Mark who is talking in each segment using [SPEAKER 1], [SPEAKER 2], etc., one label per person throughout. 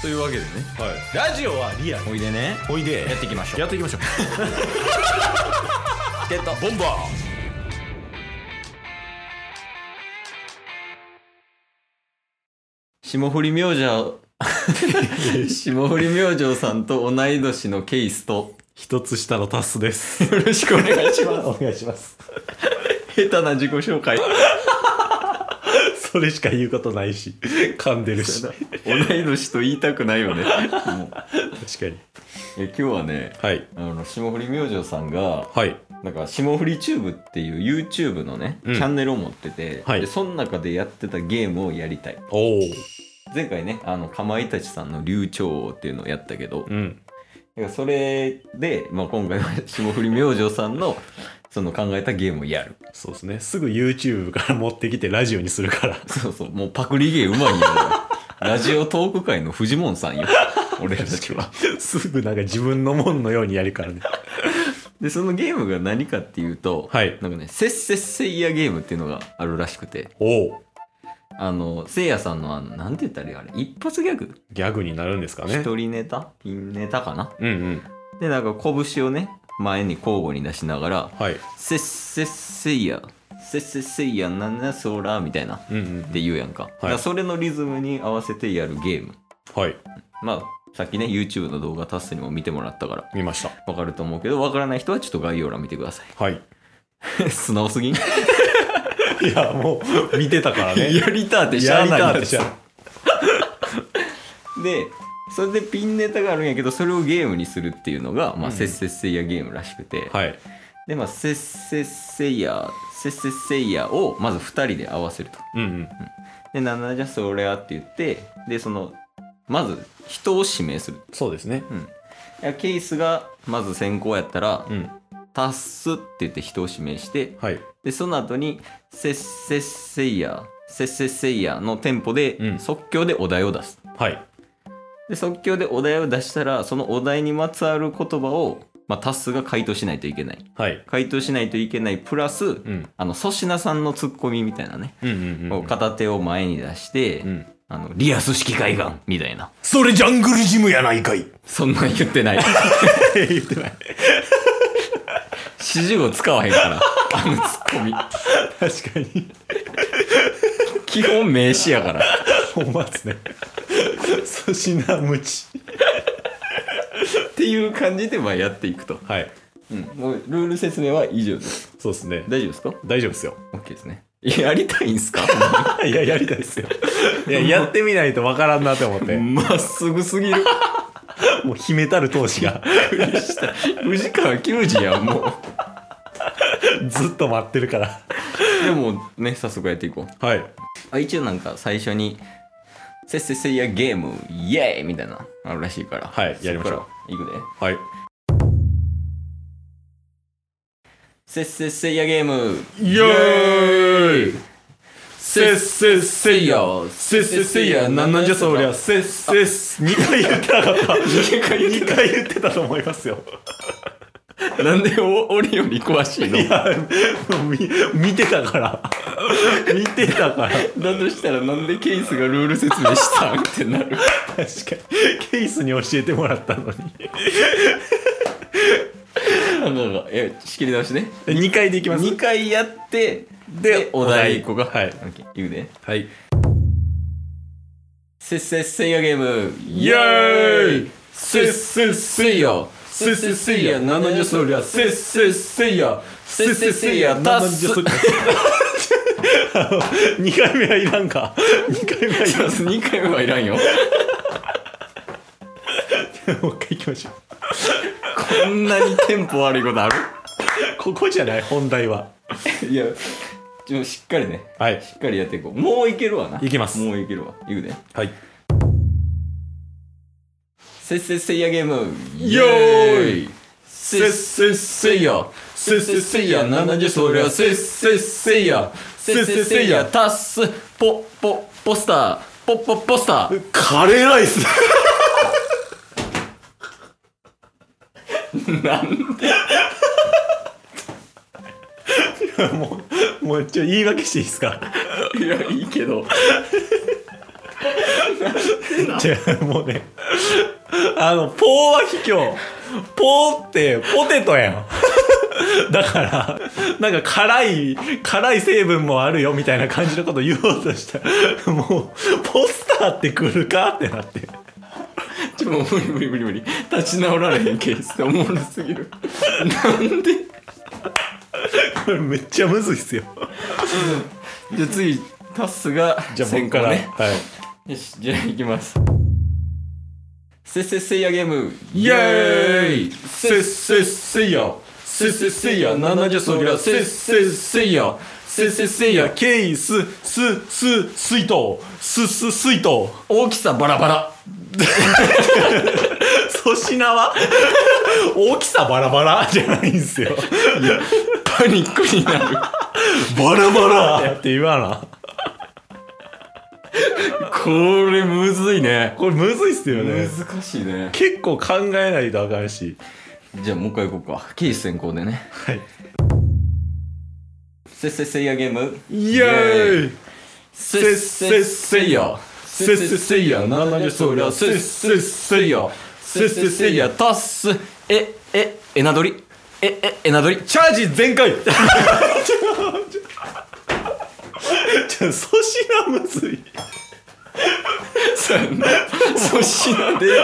[SPEAKER 1] というわけでね
[SPEAKER 2] はい、ラジオはリアル
[SPEAKER 1] おいでね
[SPEAKER 2] おいで
[SPEAKER 1] やっていきましょう
[SPEAKER 2] やっていきましょう
[SPEAKER 1] ってた
[SPEAKER 2] ボンバ
[SPEAKER 1] 霜降り明 星霜降り明星さんと同い年のケイスと
[SPEAKER 2] 一つ下のタスです
[SPEAKER 1] よろしくお願いしま
[SPEAKER 2] お願いします
[SPEAKER 1] す下手な自己紹介
[SPEAKER 2] それしか言うことないし噛んでるし
[SPEAKER 1] 同
[SPEAKER 2] 確
[SPEAKER 1] い年と言いたくないよねもう
[SPEAKER 2] かに
[SPEAKER 1] いや今日はね
[SPEAKER 2] はい
[SPEAKER 1] あの霜降り明星さんが
[SPEAKER 2] はい
[SPEAKER 1] なんか霜降りチューブっていう YouTube のね、
[SPEAKER 2] うん
[SPEAKER 1] チャンネルを持ってて、
[SPEAKER 2] はい
[SPEAKER 1] でその中でやってたゲームをやりたい
[SPEAKER 2] おお
[SPEAKER 1] 前回ねあのかまいたちさんの流暢王っていうのをやったけど、
[SPEAKER 2] うん
[SPEAKER 1] だからそれで、まあ、今回は霜降り明星さんのその考えたゲームをやる
[SPEAKER 2] そうですねすぐ YouTube から持ってきてラジオにするから
[SPEAKER 1] そうそうもうパクリゲーうまいよラジオトーク界のフジモンさんよ俺たちは
[SPEAKER 2] すぐなんか自分のもんのようにやるからね
[SPEAKER 1] でそのゲームが何かっていうと、
[SPEAKER 2] はい
[SPEAKER 1] なんかね「せっせっせいやゲーム」っていうのがあるらしくて
[SPEAKER 2] おお
[SPEAKER 1] あのせいやさんのあのなんて言ったらいいあれ一発ギャグ
[SPEAKER 2] ギャグになるんですかね
[SPEAKER 1] 一人ネタピンネタかな
[SPEAKER 2] うんうん
[SPEAKER 1] でなんか拳をね前に交互に出しながら
[SPEAKER 2] はい
[SPEAKER 1] 「せっせっせいやせっせっせいやなんだそら」みたいな
[SPEAKER 2] うんうん
[SPEAKER 1] って言うやんか,、だからそれのリズムに合わせてやるゲーム
[SPEAKER 2] はい
[SPEAKER 1] まあさっきね YouTube の動画タッスにも見てもらったから
[SPEAKER 2] 見ました
[SPEAKER 1] わかると思うけどわからない人はちょっと概要欄見てくださ
[SPEAKER 2] はい
[SPEAKER 1] い 素直すぎん
[SPEAKER 2] いやもう見てたからね
[SPEAKER 1] やりたーってしゃ
[SPEAKER 2] や
[SPEAKER 1] あ
[SPEAKER 2] り
[SPEAKER 1] ない
[SPEAKER 2] た
[SPEAKER 1] や
[SPEAKER 2] っ
[SPEAKER 1] つ
[SPEAKER 2] てしゃ
[SPEAKER 1] でそれでピンネタがあるんやけどそれをゲームにするっていうのが、まあ
[SPEAKER 2] うん
[SPEAKER 1] せっせっせいやゲームらしくて、
[SPEAKER 2] はい
[SPEAKER 1] でまあせっせっせいやせっせっせいやをまず2人で合わせると
[SPEAKER 2] うんうん
[SPEAKER 1] でなんならじゃそれやって言ってでそのまず人を指名する
[SPEAKER 2] そうですね
[SPEAKER 1] うん、いやケースがまず先行やったら
[SPEAKER 2] うん
[SPEAKER 1] 「タッス」って言って人を指名して
[SPEAKER 2] はい
[SPEAKER 1] でその後に「せっせっせいや」「せっせっせいや」のテンポ
[SPEAKER 2] う
[SPEAKER 1] で
[SPEAKER 2] ん
[SPEAKER 1] 即興でお題を出す、
[SPEAKER 2] はい
[SPEAKER 1] で即興でお題を出したらそのお題にまつわる言葉を、まあ、タッスが回答しないといけない
[SPEAKER 2] はい
[SPEAKER 1] 回答しないといけないプラス、
[SPEAKER 2] うん
[SPEAKER 1] あの粗品さんのツッコミみたいなね、
[SPEAKER 2] うんうん
[SPEAKER 1] こう片手を前に出して、
[SPEAKER 2] ん
[SPEAKER 1] あのリアス式海岸みたいな
[SPEAKER 2] それジャングルジムやないかい
[SPEAKER 1] そんなん言ってない
[SPEAKER 2] 言ってない
[SPEAKER 1] 指示語使わへんからあのツッコミ
[SPEAKER 2] 確かに
[SPEAKER 1] 基本名詞やから。
[SPEAKER 2] ほんまですね 粗品無知
[SPEAKER 1] っていう感じでまあやっていくと。
[SPEAKER 2] はい
[SPEAKER 1] うん、もうルール説明は以上です。
[SPEAKER 2] そうですね
[SPEAKER 1] 大丈夫ですか
[SPEAKER 2] 大丈夫ですよ
[SPEAKER 1] ?OK ですね。やりたいんすか
[SPEAKER 2] いややりたいですよいややってみないとわからんなと思って
[SPEAKER 1] まっすぐすぎる。
[SPEAKER 2] もう秘めたる闘志が
[SPEAKER 1] 藤川球児やんもう。
[SPEAKER 2] ずっと待ってるから
[SPEAKER 1] でもね、早速やっていこう。
[SPEAKER 2] はい
[SPEAKER 1] あ一応なんか最初に、せっせっせいやゲーム、イエーイみたいな、あるらしいから。
[SPEAKER 2] はいやりましょう
[SPEAKER 1] そっから。いくで。
[SPEAKER 2] はい
[SPEAKER 1] せっせっせいやゲーム、
[SPEAKER 2] イエーイ
[SPEAKER 1] せっ
[SPEAKER 2] せっせ
[SPEAKER 1] いやせっせっせいやなんなんじゃそりゃ
[SPEAKER 2] せっせっ2回言ってなかった2回言ってたと思いますよ
[SPEAKER 1] なんでお俺より詳しいの
[SPEAKER 2] いやもう見見てたから見てたから確
[SPEAKER 1] だとしたらなんでケースがルール説明したんってなる。
[SPEAKER 2] かにケースに教えてもらったのに
[SPEAKER 1] なんかなんかえ仕切り直しね。
[SPEAKER 2] 2回でいきます
[SPEAKER 1] 2回やって
[SPEAKER 2] で
[SPEAKER 1] でお題1個が
[SPEAKER 2] はい
[SPEAKER 1] オッケー言うで
[SPEAKER 2] はい
[SPEAKER 1] せっせっせいやゲームイ
[SPEAKER 2] イエーイ
[SPEAKER 1] せっせっせいやせ
[SPEAKER 2] せ
[SPEAKER 1] っ
[SPEAKER 2] っ
[SPEAKER 1] せ
[SPEAKER 2] せ
[SPEAKER 1] っせ
[SPEAKER 2] っせ
[SPEAKER 1] い
[SPEAKER 2] い
[SPEAKER 1] や
[SPEAKER 2] や
[SPEAKER 1] なんなんじゃそりゃせっせっせいやせっせっせいやダッス
[SPEAKER 2] 2回目はいらんか2回目はいらんか
[SPEAKER 1] 2回目はいらんよ
[SPEAKER 2] もう一回いきましょう
[SPEAKER 1] こんなにテンポ悪いことある
[SPEAKER 2] ここじゃない本題はい
[SPEAKER 1] やちょしっかりね
[SPEAKER 2] はい
[SPEAKER 1] しっかりやっていこうもういけるわない
[SPEAKER 2] けます
[SPEAKER 1] もういけるわいくで
[SPEAKER 2] はい
[SPEAKER 1] せっせっせいやゲームイ
[SPEAKER 2] よ
[SPEAKER 1] エ
[SPEAKER 2] ー
[SPEAKER 1] ーイせっせっせいやせっせっせいやなんじゃそりゃせっせっせいやせっせっせいやタスポポポスターポポポスター
[SPEAKER 2] カレーライス
[SPEAKER 1] なんで
[SPEAKER 2] もうもうちょ言い訳していいですか
[SPEAKER 1] いやいいけど
[SPEAKER 2] じゃあもうねあのポーは卑怯ポーってポテトやんだからなんか辛い辛い成分もあるよみたいな感じのこと言おうとしたらもうポスターって来るかってなって
[SPEAKER 1] ちょもう無理無理無理無理立ち直られへんケースっておもろすぎるなんで
[SPEAKER 2] これめっちゃむずいっすよ
[SPEAKER 1] じゃあ次タスが
[SPEAKER 2] じゃあ
[SPEAKER 1] 先
[SPEAKER 2] 僕
[SPEAKER 1] 行
[SPEAKER 2] から、
[SPEAKER 1] ね
[SPEAKER 2] はい
[SPEAKER 1] よしじゃあ行きますせっせっせいやゲーム
[SPEAKER 2] イエーイ
[SPEAKER 1] せっせっせいやせっせっせいやなんじゃそりゃせっせっせいやせっせっせいや
[SPEAKER 2] ケイススス水筒スス水筒
[SPEAKER 1] 大きさバラバラ
[SPEAKER 2] 粗品は 大きさバラバラじゃないんすよ
[SPEAKER 1] パニックになる
[SPEAKER 2] バラバラって言わな
[SPEAKER 1] これむずいね
[SPEAKER 2] これむずいっすよね
[SPEAKER 1] 難しいね
[SPEAKER 2] 結構考えないとあかんし
[SPEAKER 1] じゃあもう一回行こうかケース先行でね
[SPEAKER 2] はい
[SPEAKER 1] せっせっせいやゲーム
[SPEAKER 2] イ
[SPEAKER 1] エ
[SPEAKER 2] エ
[SPEAKER 1] ー
[SPEAKER 2] ーイ
[SPEAKER 1] せっせっせいやせっせっせいやなんじゃそりゃせっせっせいやせっせっせいやたすえええなどりえええなどり
[SPEAKER 2] チャージ全開ちょちょ粗品むずい
[SPEAKER 1] そうやな粗品で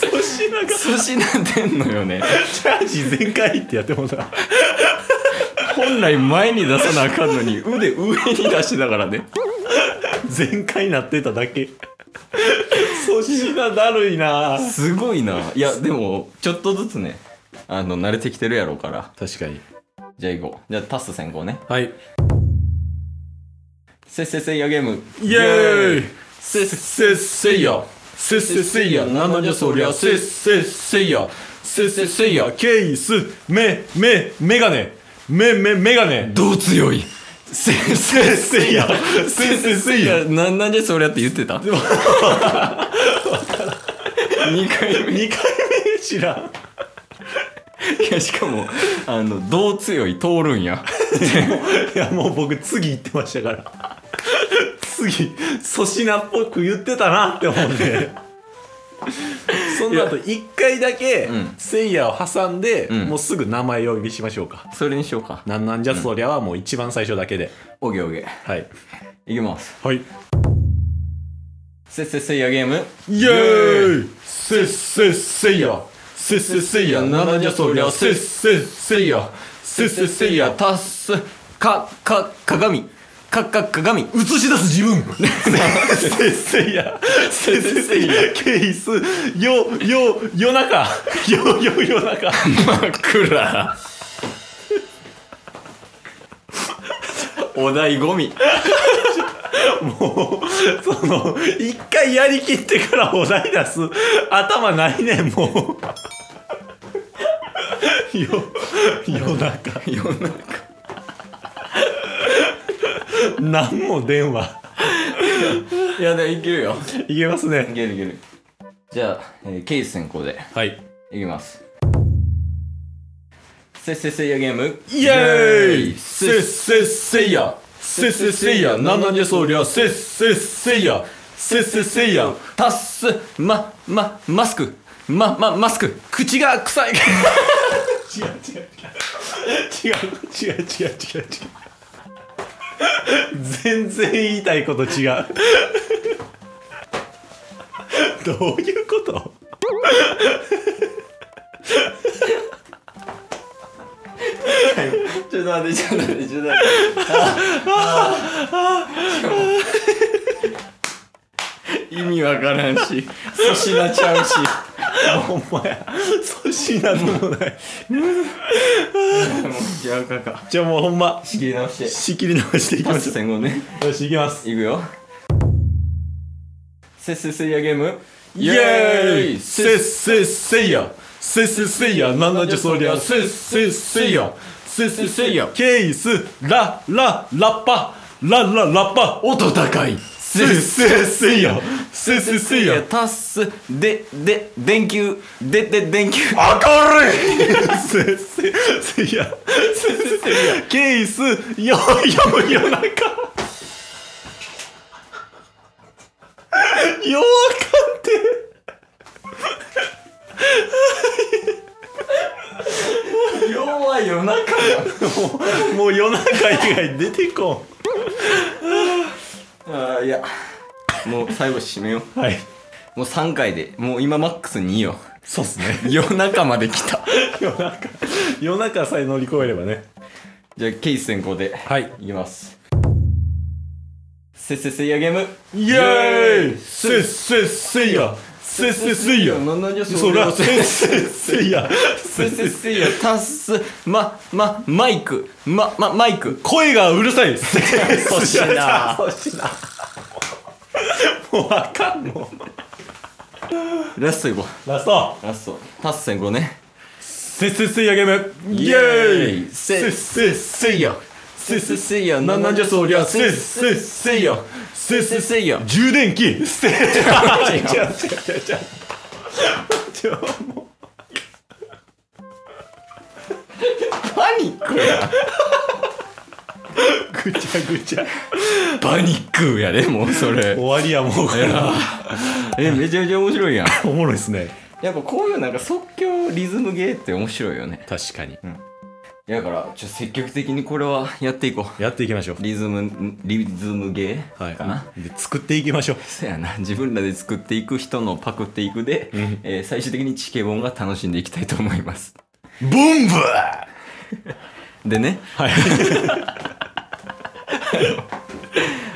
[SPEAKER 2] 粗品が
[SPEAKER 1] 粗品出んのよね
[SPEAKER 2] チャージ全開ってやってもさ
[SPEAKER 1] 本来前に出さなあかんのに腕上に出してたからね
[SPEAKER 2] 全開なってただけ 粗品だるいな
[SPEAKER 1] すごいないやでもちょっとずつねあの慣れてきてるやろうから
[SPEAKER 2] 確かに
[SPEAKER 1] じゃあ行こうじゃあタス先行ね
[SPEAKER 2] はい
[SPEAKER 1] せっせっせいやゲーム
[SPEAKER 2] イエーイ
[SPEAKER 1] せっせっせいやせっせっせいやなんじゃそりゃせっせっせいやせっせっせいや
[SPEAKER 2] ケイスメメメガネメメメガネ
[SPEAKER 1] どう強いせっせっせいや
[SPEAKER 2] せっせっせいや
[SPEAKER 1] やななんじゃそりゃって言ってた2回目
[SPEAKER 2] 2回目知らん
[SPEAKER 1] いやしかもあの「どう強い通るんや
[SPEAKER 2] いやもう僕次言ってましたから次粗品っぽく言ってたなって思ってその後一回だけ
[SPEAKER 1] うん
[SPEAKER 2] せいやを挟んで、
[SPEAKER 1] ん
[SPEAKER 2] もうすぐ名前呼びしましょうか」
[SPEAKER 1] それにしようか
[SPEAKER 2] なんなんじゃそりゃはもう一番最初だけで
[SPEAKER 1] オゲオゲ
[SPEAKER 2] はい
[SPEAKER 1] いきます
[SPEAKER 2] はい
[SPEAKER 1] せっせっせいやゲーム
[SPEAKER 2] イエーイせっせっせいやせっせっせいやな
[SPEAKER 1] なんんじ
[SPEAKER 2] じゃ
[SPEAKER 1] ゃ
[SPEAKER 2] そ
[SPEAKER 1] そ
[SPEAKER 2] り
[SPEAKER 1] り
[SPEAKER 2] ゃ
[SPEAKER 1] ゃ
[SPEAKER 2] せ
[SPEAKER 1] せ
[SPEAKER 2] っ
[SPEAKER 1] っ
[SPEAKER 2] せっせいやせ
[SPEAKER 1] せ
[SPEAKER 2] っ
[SPEAKER 1] っ
[SPEAKER 2] せ
[SPEAKER 1] せっ
[SPEAKER 2] っせ
[SPEAKER 1] せ
[SPEAKER 2] い
[SPEAKER 1] い
[SPEAKER 2] や
[SPEAKER 1] やたすかか鏡かか鏡
[SPEAKER 2] 映し出す自分せっせいやせっせっせいやケイスよよ夜中よよ夜中
[SPEAKER 1] 枕お題ゴミ
[SPEAKER 2] もうその一回やりきってからお題出す頭ないねんもうよ夜中
[SPEAKER 1] 世の中
[SPEAKER 2] 何も電話
[SPEAKER 1] いやでいけるよ
[SPEAKER 2] いけます
[SPEAKER 1] い
[SPEAKER 2] ね
[SPEAKER 1] けるいけるじゃあ、えーケース先行で
[SPEAKER 2] はい
[SPEAKER 1] いきますせっせっせいやゲーム
[SPEAKER 2] イエーイ
[SPEAKER 1] せっせっせいやせっせっせいやなんなんじゃそりゃせっせっせいやせっせっせいやたっすままマスクままマスク口が臭い
[SPEAKER 2] 違う違う違う違う違う違う違う違う全然言いたいこと違うどういうこと
[SPEAKER 1] ちょっと待ってちょっと待ってちょっと待って意味わからんし粗品ちゃうし
[SPEAKER 2] ほんまや粗品でもない
[SPEAKER 1] もう違うかか
[SPEAKER 2] じゃあもうほんま
[SPEAKER 1] 仕切り直して
[SPEAKER 2] 仕切り直していきま
[SPEAKER 1] パ
[SPEAKER 2] し
[SPEAKER 1] ス
[SPEAKER 2] ょ
[SPEAKER 1] 戦後ね
[SPEAKER 2] うよしいきます
[SPEAKER 1] いくよせっせっせいやゲーム
[SPEAKER 2] イエーイせっせっせいやせっせっせいやなんなんじゃそりゃせっせっせいやせっせっせいやケイスラララッパラララッパ音高いせっせっせいやせっせっせいや
[SPEAKER 1] タスでで電球でで電球
[SPEAKER 2] 明るいせっせっせいやせっせっせいやケイスよよ夜中ようあかんって
[SPEAKER 1] 弱い夜中
[SPEAKER 2] もう夜中以外出てこ
[SPEAKER 1] だあーいやもう最後締めよ
[SPEAKER 2] んはい
[SPEAKER 1] もう3回でもう今マックス2よ
[SPEAKER 2] そうっすね
[SPEAKER 1] 夜中まで来た
[SPEAKER 2] 夜中夜中さえ乗り越えればね
[SPEAKER 1] じゃあケース先行で
[SPEAKER 2] はい
[SPEAKER 1] いきますせっせっせいやゲーム
[SPEAKER 2] イ
[SPEAKER 1] エーイ
[SPEAKER 2] せっせっせいやせっせっせいや
[SPEAKER 1] なんじゃ
[SPEAKER 2] そ
[SPEAKER 1] そ
[SPEAKER 2] ら
[SPEAKER 1] ら
[SPEAKER 2] せ
[SPEAKER 1] せ
[SPEAKER 2] っせっせいや
[SPEAKER 1] せっせっせいやたすままマイクままマイク
[SPEAKER 2] 声がうるさいせっ
[SPEAKER 1] 欲しいな
[SPEAKER 2] もうあかんも
[SPEAKER 1] ラストいこ
[SPEAKER 2] うラスト
[SPEAKER 1] うラストタス先行ね
[SPEAKER 2] せっせっせいやゲームイエーイ
[SPEAKER 1] せっ
[SPEAKER 2] せっせいや
[SPEAKER 1] せっせっせいや
[SPEAKER 2] ななんじゃそりゃせっせっせいやせっせっせいや充電 器せっせ違う違う違う違う違うも
[SPEAKER 1] パニックや
[SPEAKER 2] うぐちゃぐちゃ
[SPEAKER 1] パニックやでもうそれ
[SPEAKER 2] 終わりやもうこれ
[SPEAKER 1] えめちゃめちゃ面白いやん
[SPEAKER 2] おもろいっすね
[SPEAKER 1] やっぱこういうなんか即興リズムゲーって面白いよね
[SPEAKER 2] 確かに
[SPEAKER 1] だからちょっと積極的にこれはやっていこ
[SPEAKER 2] やっていきましょう
[SPEAKER 1] うリズムリズムゲ
[SPEAKER 2] は
[SPEAKER 1] ーかな、
[SPEAKER 2] いで作っていきましょう
[SPEAKER 1] そうやな自分らで作っていく人のパクっていくで、えー最終的にチケボンが楽しんでいきたいと思います
[SPEAKER 2] ブンブー
[SPEAKER 1] でね
[SPEAKER 2] はい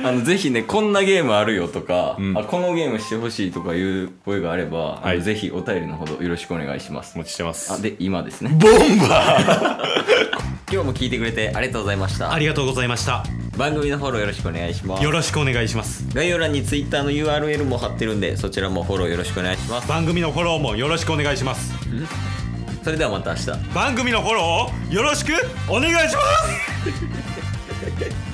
[SPEAKER 1] あのぜひねこんなゲームあるよとか、あこのゲームしてほしいとかいう声があれば、
[SPEAKER 2] はい
[SPEAKER 1] あのぜひお便りのほどよろしくお願いします
[SPEAKER 2] お待ちしてます
[SPEAKER 1] あで今ですね
[SPEAKER 2] ボンバー
[SPEAKER 1] 今日も聞いてくれてありがとうございました
[SPEAKER 2] ありがとうございました
[SPEAKER 1] 番組のフォローよろしくお願いします
[SPEAKER 2] よろしくお願いします
[SPEAKER 1] 概要欄に Twitter の URL も貼ってるんでそちらもフォローよろしくお願いします
[SPEAKER 2] 番組のフォローもよろしくお願いします
[SPEAKER 1] それではまた明日
[SPEAKER 2] 番組のフォローをよろしくお願いします